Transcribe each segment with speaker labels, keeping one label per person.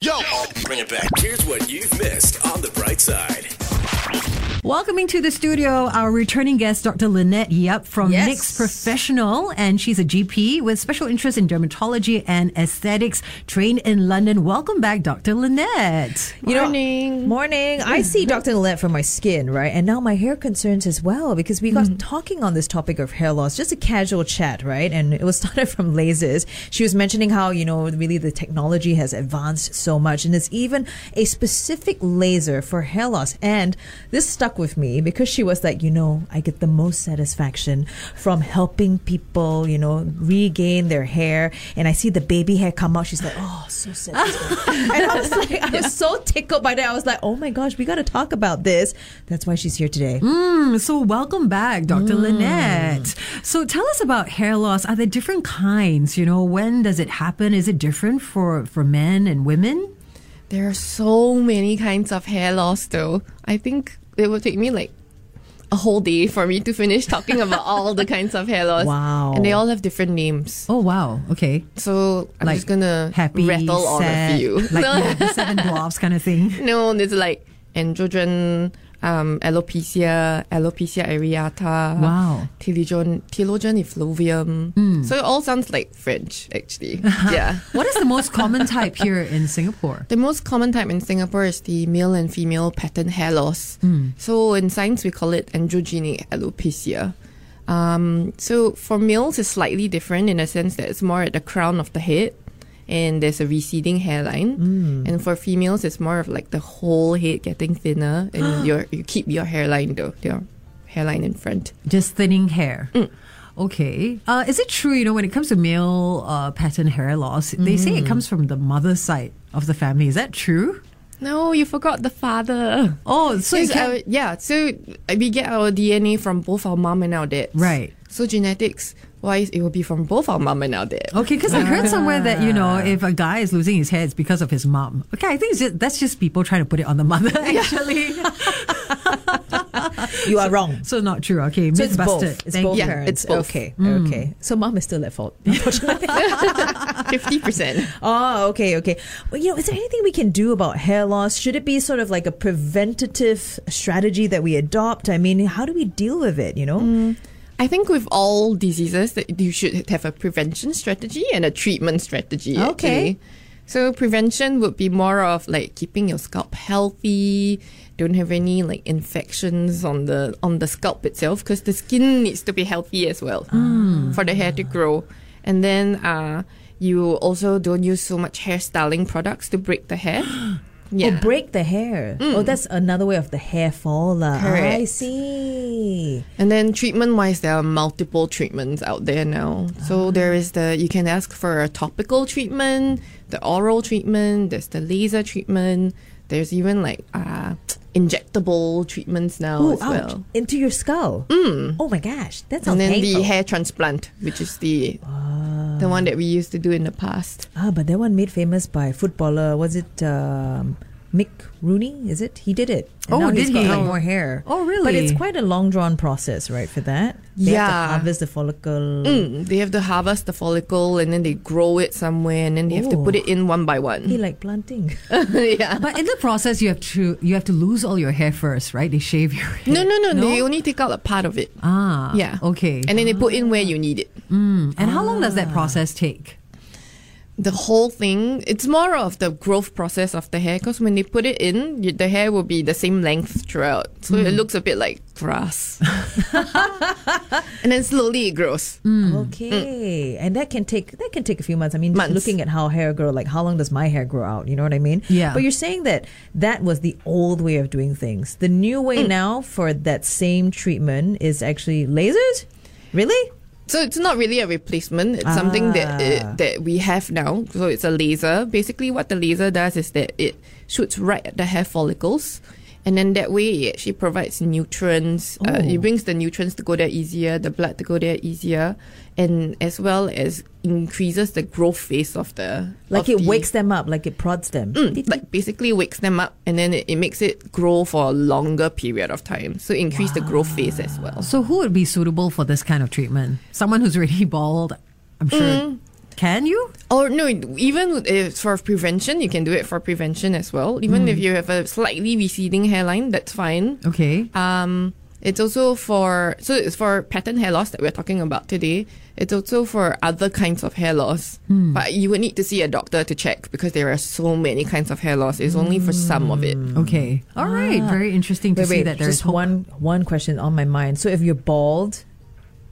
Speaker 1: Yo!
Speaker 2: Bring it back. Here's what you've missed on the bright side.
Speaker 3: Welcoming to the studio our returning guest, Dr. Lynette Yap from
Speaker 4: Yes.
Speaker 3: Nix Professional, and she's a GP with special interest in dermatology and aesthetics, trained in London. Welcome back, Dr. Lynette.
Speaker 4: You know-
Speaker 5: Morning.
Speaker 4: morning. I see Dr. Lillette for my skin, right? And now my hair concerns as well Oh, because we got talking on this topic of hair loss, just a casual chat, right? And it was started from lasers. She was mentioning how, you know, really the technology has advanced so much and there's even a specific laser for hair loss. And this stuck with me because she was like, you know, I get the most satisfaction from helping people, you know, regain their hair. And I see the baby hair come out. She's like, oh, so satisfying. and I was like, I was so tickled by that. I was like, oh my gosh, we got to talk about this. That's why she's here today.
Speaker 3: So, welcome back,
Speaker 5: Mm.
Speaker 3: Dr. Lynette. So, tell us about hair loss. Are there different kinds? You know, when does it happen? Is it different for, for men and women?
Speaker 5: There are so many kinds of hair loss, though. I think it would take me like a whole day for me to finish talking about all the kinds of hair loss.
Speaker 4: Wow.
Speaker 5: And they all have different names.
Speaker 3: Oh, wow. Okay.
Speaker 5: So I'm just gonna
Speaker 3: happy,
Speaker 5: rattle all
Speaker 3: sad,
Speaker 5: of you.
Speaker 3: Like yeah, the seven dwarfs kind of thing.
Speaker 5: no, there's like androgen, um, alopecia, alopecia areata.
Speaker 3: Wow. Hmm.
Speaker 5: Telogen, telogen effluvium. So it all sounds like French, actually. yeah.
Speaker 3: What is the most common type here in Singapore?
Speaker 5: The most common type in Singapore is the male and female pattern hair loss. So in science, we call it androgynic alopecia. Um, so for males, it's slightly different in a sense that it's more at the crown of the head and there's a receding hairline. And for females, it's more of like the whole head getting thinner and your, you keep your hairline though, your hairline in front.
Speaker 3: Just thinning hair.
Speaker 4: Mm.
Speaker 3: Okay. Uh, is it true, you know, when it comes to male uh, pattern hair loss, they say
Speaker 4: Mm.
Speaker 3: it comes from the mother's side of the family. Is that true?
Speaker 5: No, you forgot the father.
Speaker 3: Oh, so you
Speaker 5: Yes,
Speaker 3: can
Speaker 5: our- yeah, so we get our DNA from both our mom and our dad.
Speaker 3: Right.
Speaker 5: So genetics wise, it will be from both our mom and our dad.
Speaker 3: Okay, because I heard somewhere that, you know, if a guy is losing his hair, it's because of his mom. Okay, I think it's just, that's just people trying to put it on the mother, actually.
Speaker 4: You are wrong.
Speaker 3: so, not true. Okay,
Speaker 4: So it's
Speaker 3: myth
Speaker 4: both.
Speaker 3: busted.
Speaker 4: It's
Speaker 3: Thank
Speaker 4: both
Speaker 3: you.
Speaker 5: Yeah,
Speaker 4: parents.
Speaker 5: it's both. Mm.
Speaker 4: Okay. Okay. So mom is still at fault.
Speaker 5: Fifty percent.
Speaker 4: Oh, okay, okay. Well, you know, is there anything we can do about hair loss? Should it be sort of like a preventative strategy that we adopt? I mean, how do we deal with it? You know,
Speaker 5: Mm. I think with all diseases that you should have a prevention strategy and a treatment strategy.
Speaker 4: Okay.
Speaker 5: actually. So prevention would be more of like keeping your scalp healthy, don't have any like infections on the on the scalp itself because the skin needs to be healthy as well for the hair to grow. And then uh, you also don't use so much hairstyling products to break the hair.
Speaker 4: or
Speaker 5: Yeah. Mm.
Speaker 4: break the hair. Oh, that's another way of the hair fall. lah.
Speaker 5: Correct.
Speaker 4: I see.
Speaker 5: And then treatment wise, there are multiple treatments out there now. So there is the, you can ask for a topical treatment, the oral treatment, there's the laser treatment, there's even like uh, injectable treatments now
Speaker 4: Oh,
Speaker 5: as well. Mm.
Speaker 4: Into your skull. Oh my gosh, that sounds
Speaker 5: And then
Speaker 4: painful.
Speaker 5: the hair transplant, which is the the one that we used to do in the past.
Speaker 4: ah, but that one made famous by footballer. Was it um, Mick Rooney? Is it? He did it. And
Speaker 3: Oh,
Speaker 4: now
Speaker 3: did
Speaker 4: he's got
Speaker 3: he?
Speaker 4: like more hair.
Speaker 3: Oh, really?
Speaker 4: But it's quite a long drawn process, right? For that, they have to
Speaker 5: Yeah.
Speaker 4: harvest the follicle.
Speaker 5: Mm, they have to harvest the follicle and then they grow it somewhere and then they have to
Speaker 4: Ooh.
Speaker 5: put it in one by one.
Speaker 4: He like planting.
Speaker 5: yeah.
Speaker 3: Uh, But in the process, you have to you have to lose all your hair first, right? They shave your hair.
Speaker 5: No, no, no, They only take out a part of it.
Speaker 3: Ah,
Speaker 5: yeah.
Speaker 3: Okay. Mm.
Speaker 5: And then they put in where you need it.
Speaker 3: And how long does that
Speaker 4: Ah.
Speaker 3: process take?
Speaker 5: the whole thing it's more of the growth process of the hair because when they put it in you, the hair will be the same length throughout so it looks a bit like grass and then slowly it grows
Speaker 4: Okay, and that can take that can take a few months. I mean, just
Speaker 5: Months.
Speaker 4: looking at how hair grow, like how long does my hair grow out? You know what I mean?
Speaker 3: Yeah.
Speaker 4: But you're saying that that was the old way of doing things. The new way now for that same treatment is actually lasers. Really?
Speaker 5: so it's not really a replacement it's something that
Speaker 4: Ah.
Speaker 5: it, that we have now so it's a laser basically what the laser does is that it shoots right at the hair follicles and then that way it actually provides nutrients uh,
Speaker 4: Oh.
Speaker 5: it brings the nutrients to go there easier the blood to go there easier and as well as increases the growth phase of the
Speaker 4: Like
Speaker 5: of
Speaker 4: it
Speaker 5: the-
Speaker 4: wakes them up, like it prods them.
Speaker 5: Mm, like basically wakes them up and then it, it makes it grow for a longer period of time so increase the growth phase as well
Speaker 4: Mm.
Speaker 3: So, who would be suitable for this kind of treatment? Someone who's already bald, I'm sure. Can you?
Speaker 5: Or no, even if for prevention, you can do it for prevention as well. Even if you have a slightly receding hairline, that's fine.
Speaker 3: Okay.
Speaker 5: Um, it's also for so it's for pattern hair loss that we're talking about today. It's also for other kinds of hair loss, but you would need to see a doctor to check because there are so many kinds of hair loss. It's only for some of
Speaker 3: Hmm.
Speaker 5: it.
Speaker 3: Okay. All right. Very interesting to
Speaker 4: Ah. wait,
Speaker 3: see
Speaker 4: wait,
Speaker 3: that there's
Speaker 4: just one one question on my mind. So if you're bald,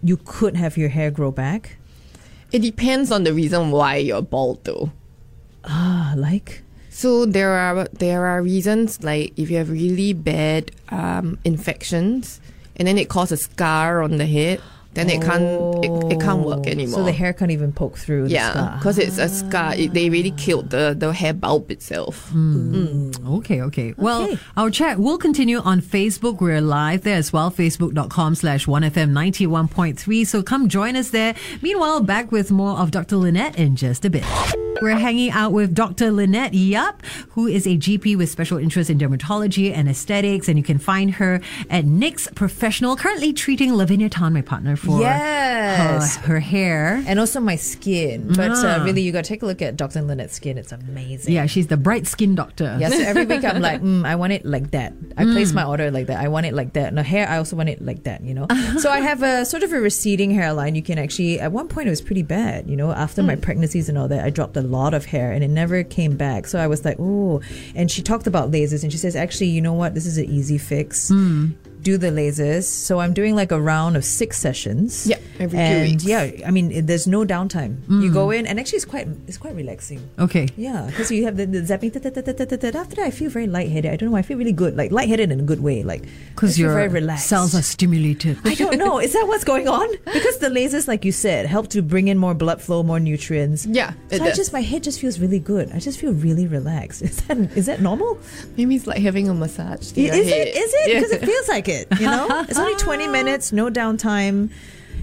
Speaker 4: you could have your hair grow back.
Speaker 5: It depends on the reason why you're bald, though.
Speaker 4: Ah, like
Speaker 5: So there are there are reasons like if you have really bad um, infections and then it causes a scar on the head, then it can't it, it can't work
Speaker 4: Oh,
Speaker 5: anymore.
Speaker 4: So the hair can't even poke through. the
Speaker 5: yeah,
Speaker 4: scar.
Speaker 5: because it's a scar. It, they really killed the the hair bulb itself.
Speaker 4: Hmm.
Speaker 3: Okay, okay. Well,
Speaker 4: Okay.
Speaker 3: our chat will continue on Facebook. We're live there as well, facebook.com slash 1FM91.3. So come join us there. Meanwhile, back with more of Dr. Lynette in just a bit. We're hanging out with Dr. Lynette Yap, who is a GP with special interest in dermatology and aesthetics. And you can find her at NYX Professional, currently treating Lavinia Tan, my partner, for
Speaker 4: Yes.
Speaker 3: her, her hair.
Speaker 4: and also my skin. But
Speaker 3: Ah.
Speaker 4: uh, really, you got to take a look at Dr. Lynette's skin. It's amazing.
Speaker 3: Yeah, she's the bright skin doctor.
Speaker 4: Yeah, so every week I'm like, mm, I want it like that. I
Speaker 5: Mm.
Speaker 4: place my order like that. I want it like that. And the hair, I also want it like that, you know? so I have a sort of a receding hairline. You can actually, at one point, it was pretty bad, you know? After
Speaker 5: Mm.
Speaker 4: my pregnancies and all that, I dropped a lot of hair and it never came back. So I was like, oh. And she talked about lasers and she says, actually, you know what? This is an easy fix.
Speaker 5: Mm.
Speaker 4: Do the lasers. So I'm doing like a round of six sessions.
Speaker 5: Yep, every two
Speaker 4: And
Speaker 5: weeks. Mm.
Speaker 4: Yeah, I mean, it- there's no downtime. You go in, and actually, it's quite it's quite relaxing.
Speaker 3: Okay.
Speaker 4: Yeah, because you have the, the zapping. ta- ta- ta- ta- ta- ta- ta. After that, I feel very lightheaded. I don't know. I feel really good, like lightheaded in a good way. Like I
Speaker 3: Because
Speaker 4: feel
Speaker 3: your
Speaker 4: very relaxed.
Speaker 3: cells are stimulated.
Speaker 4: I don't know. Is that what's going on? Because the lasers, like you said, help to bring in more blood flow, more nutrients.
Speaker 5: Yeah, it
Speaker 4: So I
Speaker 5: does.
Speaker 4: just my head just feels really good. I just feel really relaxed. Is that is that normal?
Speaker 5: Maybe it's like having a massage. to your
Speaker 4: Is
Speaker 5: head.
Speaker 4: it? Is it?
Speaker 5: Yeah.
Speaker 4: Because it feels like it. You know, it's only twenty minutes, no downtime,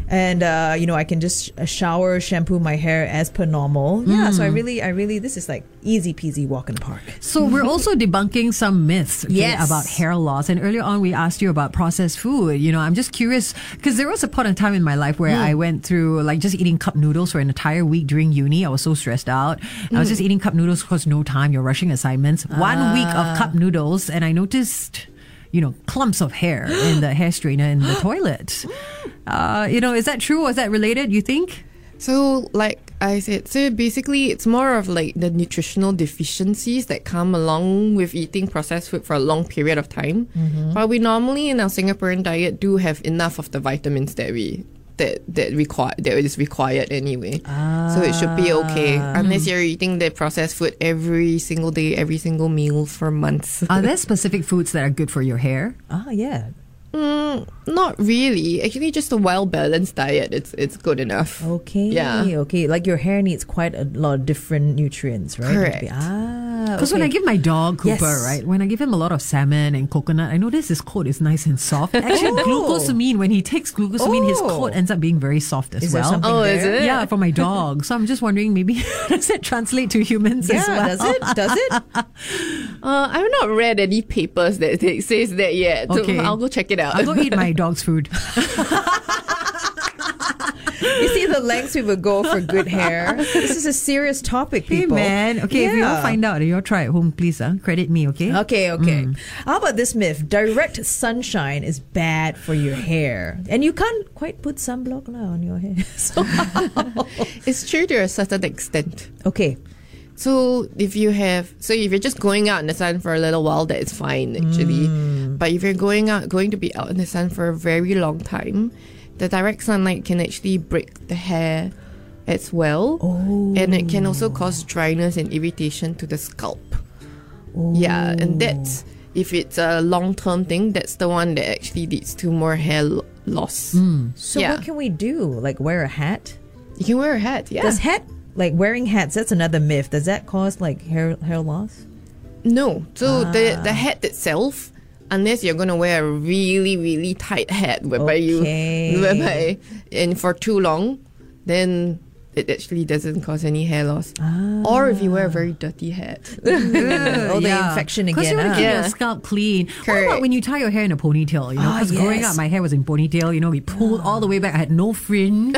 Speaker 4: and uh, you know I can just sh- shower, shampoo my hair as per normal. Yeah.
Speaker 5: Hmm.
Speaker 4: So I really, I really, this is like easy peasy walk in the park.
Speaker 3: So we're also debunking some myths okay,
Speaker 4: Yes.
Speaker 3: about hair loss. And earlier on, we asked you about processed food. You know, I'm just curious because there was a point in time in my life where I went through like just eating cup noodles for an entire week during uni. I was so stressed out. I was just eating cup noodles because no time. You're rushing assignments. One week of cup noodles, and I noticed. You know, clumps of hair in the hair strainer in the toilet. Uh, you know, is that true? Or is that related? You think?
Speaker 5: So, like I said, so basically, it's more of like the nutritional deficiencies that come along with eating processed food for a long period of time. But we normally in our Singaporean diet do have enough of the vitamins that we that that require that is required anyway. So it should be okay unless you're eating the processed food every single day, every single meal for months.
Speaker 3: Are there specific foods that are good for your hair?
Speaker 4: Ah, yeah.
Speaker 5: Mm, not really. Actually, just a well balanced diet. It's it's good enough.
Speaker 4: Okay.
Speaker 5: Yeah.
Speaker 4: Okay. Like your hair needs quite a lot of different nutrients, right?
Speaker 5: Correct.
Speaker 4: Ah.
Speaker 3: Because
Speaker 4: okay.
Speaker 3: when I give my dog Cooper,
Speaker 4: Yes.
Speaker 3: right, when I give him a lot of salmon and coconut, I notice his coat is nice and soft. Actually,
Speaker 4: Oh.
Speaker 3: glucosamine, when he takes glucosamine, his
Speaker 4: Oh.
Speaker 3: coat ends up being very soft as
Speaker 4: Is there
Speaker 3: well.
Speaker 4: something
Speaker 5: Oh, is
Speaker 4: there?
Speaker 5: it?
Speaker 3: Yeah, for my dog. So I'm just wondering, maybe does that translate to humans
Speaker 4: Yeah,
Speaker 3: as well?
Speaker 4: does it? Does it?
Speaker 5: Uh, I've not read any papers that that says that yet. So
Speaker 3: Okay.
Speaker 5: I'll go check it out.
Speaker 3: I'll go eat my dog's food.
Speaker 4: You see the lengths we would go for good hair. This is a serious topic,
Speaker 3: hey,
Speaker 4: people.
Speaker 3: man. Okay, if you all
Speaker 4: Yeah.
Speaker 3: find Mm. out, you all try at home, please. Huh? Credit me, okay?
Speaker 4: Okay, okay. How about this myth? Direct sunshine is bad for your hair, and you can't quite put sunblock lah on your hair. So,
Speaker 5: It's true to a certain extent.
Speaker 4: okay,
Speaker 5: So if you have, so if you're just going out in the sun for a little while, that is fine actually. But if you're going out, going to be out in the sun for a very long time, the direct sunlight can actually break the hair as well, and it can also cause dryness and irritation to the scalp. Yeah, and that's if it's a long term thing, that's the one that actually leads to more hair lo- loss.
Speaker 4: so
Speaker 5: Yeah.
Speaker 4: what can we do? Like wear a hat?
Speaker 5: You can wear a hat, yeah.
Speaker 4: Does hat like wearing hats? That's another myth. Does that cause like hair hair loss?
Speaker 5: No. So the the hat itself, unless you're gonna wear a really really tight hat, whereby
Speaker 4: Okay.
Speaker 5: you whereby and for too long, then it actually doesn't cause any hair loss. Or if you wear a very dirty hat.
Speaker 4: oh, the infection
Speaker 3: Because you
Speaker 4: again.
Speaker 3: want to
Speaker 4: ah.
Speaker 3: keep
Speaker 5: Yeah.
Speaker 3: your scalp clean. What about
Speaker 5: Correct.
Speaker 3: when you tie your hair in a ponytail? You know,
Speaker 4: Ah,
Speaker 3: because growing
Speaker 4: yes.
Speaker 3: up, my hair was in ponytail. You know, we pulled all the way back. I had no fringe.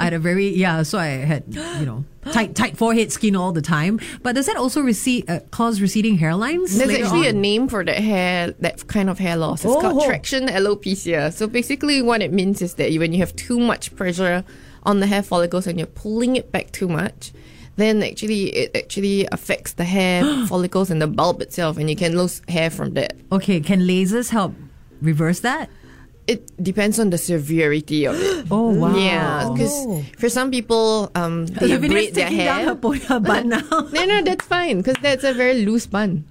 Speaker 3: I had a very yeah. So I had you know tight tight forehead skin all the time. But does that also recede, uh, cause receding hairlines?
Speaker 5: There's
Speaker 3: later
Speaker 5: actually
Speaker 3: on?
Speaker 5: a name for that hair, that kind of hair loss. It's
Speaker 4: Oh.
Speaker 5: called traction alopecia. So basically, what it means is that when you have too much pressure on the hair follicles and you're pulling it back too much, then actually it actually affects the hair follicles and the bulb itself, and you can lose hair from that.
Speaker 3: Okay, can lasers help reverse that?
Speaker 5: It depends on the severity of it.
Speaker 3: Oh wow!
Speaker 5: Yeah,
Speaker 4: Oh.
Speaker 5: because for some people, um, they
Speaker 3: Lavinia's
Speaker 5: braid their
Speaker 3: taking down
Speaker 5: hair.
Speaker 3: her, po- her bun now.
Speaker 5: no, no, that's fine because that's a very loose bun.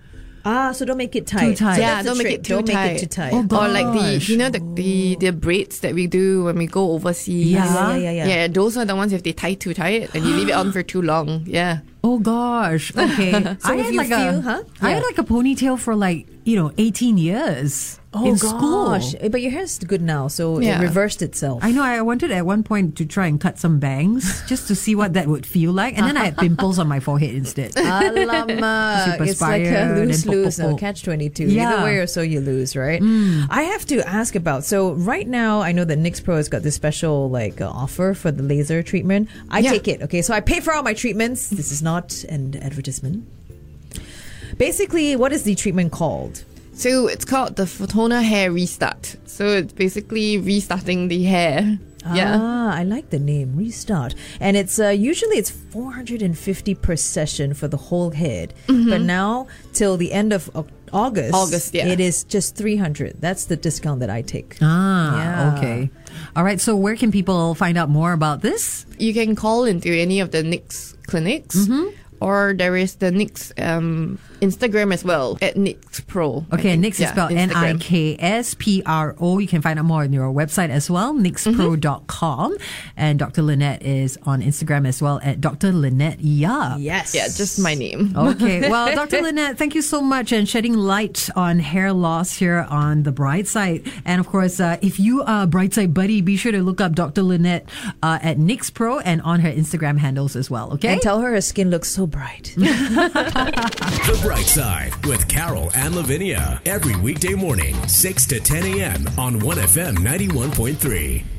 Speaker 4: Ah, so don't make it tight.
Speaker 3: tight.
Speaker 4: So
Speaker 5: yeah,
Speaker 4: that's the
Speaker 5: don't make
Speaker 4: trick.
Speaker 5: it too
Speaker 4: don't
Speaker 5: tight.
Speaker 4: make it too tight.
Speaker 3: Oh,
Speaker 5: or like the
Speaker 3: gosh.
Speaker 5: you know the, the the braids that we do when we go overseas.
Speaker 3: Yeah. Yeah,
Speaker 4: yeah, yeah, yeah.
Speaker 5: those are the ones if they tie too tight and you leave it on for too long. Yeah.
Speaker 3: Oh gosh. Okay. I
Speaker 4: if
Speaker 3: had
Speaker 4: you
Speaker 3: like
Speaker 4: feel,
Speaker 3: a
Speaker 4: huh?
Speaker 3: I
Speaker 4: Yeah.
Speaker 3: had like a ponytail for like, you know, 18 years in
Speaker 4: Oh, gosh.
Speaker 3: school.
Speaker 4: Eh, But your hair's good now, so
Speaker 5: Yeah.
Speaker 4: it reversed itself.
Speaker 3: I know I wanted at one point to try and cut some bangs just to see what that would feel like and then I had pimples on my forehead instead.
Speaker 4: Alamak.
Speaker 3: Super
Speaker 4: It's like a
Speaker 3: spired and
Speaker 4: lose lose,
Speaker 3: pop, pop,
Speaker 4: no
Speaker 3: pop.
Speaker 4: catch 22. Either
Speaker 3: Yeah.
Speaker 4: way or so, you lose, right? I have to ask about so, right now, I know that NYX Pro has got this special like uh, offer for the laser treatment. I
Speaker 5: Yeah.
Speaker 4: take it, okay? So, I pay for all my treatments. This is not an advertisement. Basically, what is the treatment called?
Speaker 5: So it's called the Photona hair restart. So it's basically restarting the hair. Yeah.
Speaker 4: Ah, I like the name Restart, and it's uh, usually it's 450 per session for the whole head, but now till the end of Oc- August,
Speaker 5: Mm-hmm. August, yeah.
Speaker 4: it is just 300. That's the discount that I take.
Speaker 3: Ah,
Speaker 4: Yeah.
Speaker 3: okay. All right, so where can people find out more about this?
Speaker 5: You can call into any of the NYX clinics.
Speaker 3: Mm-hmm.
Speaker 5: Or there is the NYX um, Instagram as well at NYX Pro. I
Speaker 3: Okay,
Speaker 5: think.
Speaker 3: Nix is
Speaker 5: Yeah,
Speaker 3: spelled N I
Speaker 5: Instagram.
Speaker 3: K S P R O. You can find out more on your website as well, nixpro.com. And Dr. Lynette is on Instagram as well at Dr. Lynette Yap.
Speaker 4: Yes.
Speaker 5: Yeah, just my name.
Speaker 3: Okay. Well, Dr. Lynette, thank you so much and shedding light on hair loss here on the bright side. And of course, uh, if you are a bright side buddy, be sure to look up Dr. Lynette uh, at Nix Pro and on her Instagram handles as well. Okay.
Speaker 4: And tell her her skin looks so bright.
Speaker 2: The Bright Side with Carol and Lavinia. Every weekday morning, 6 to 10 a.m. on 1FM 91.3.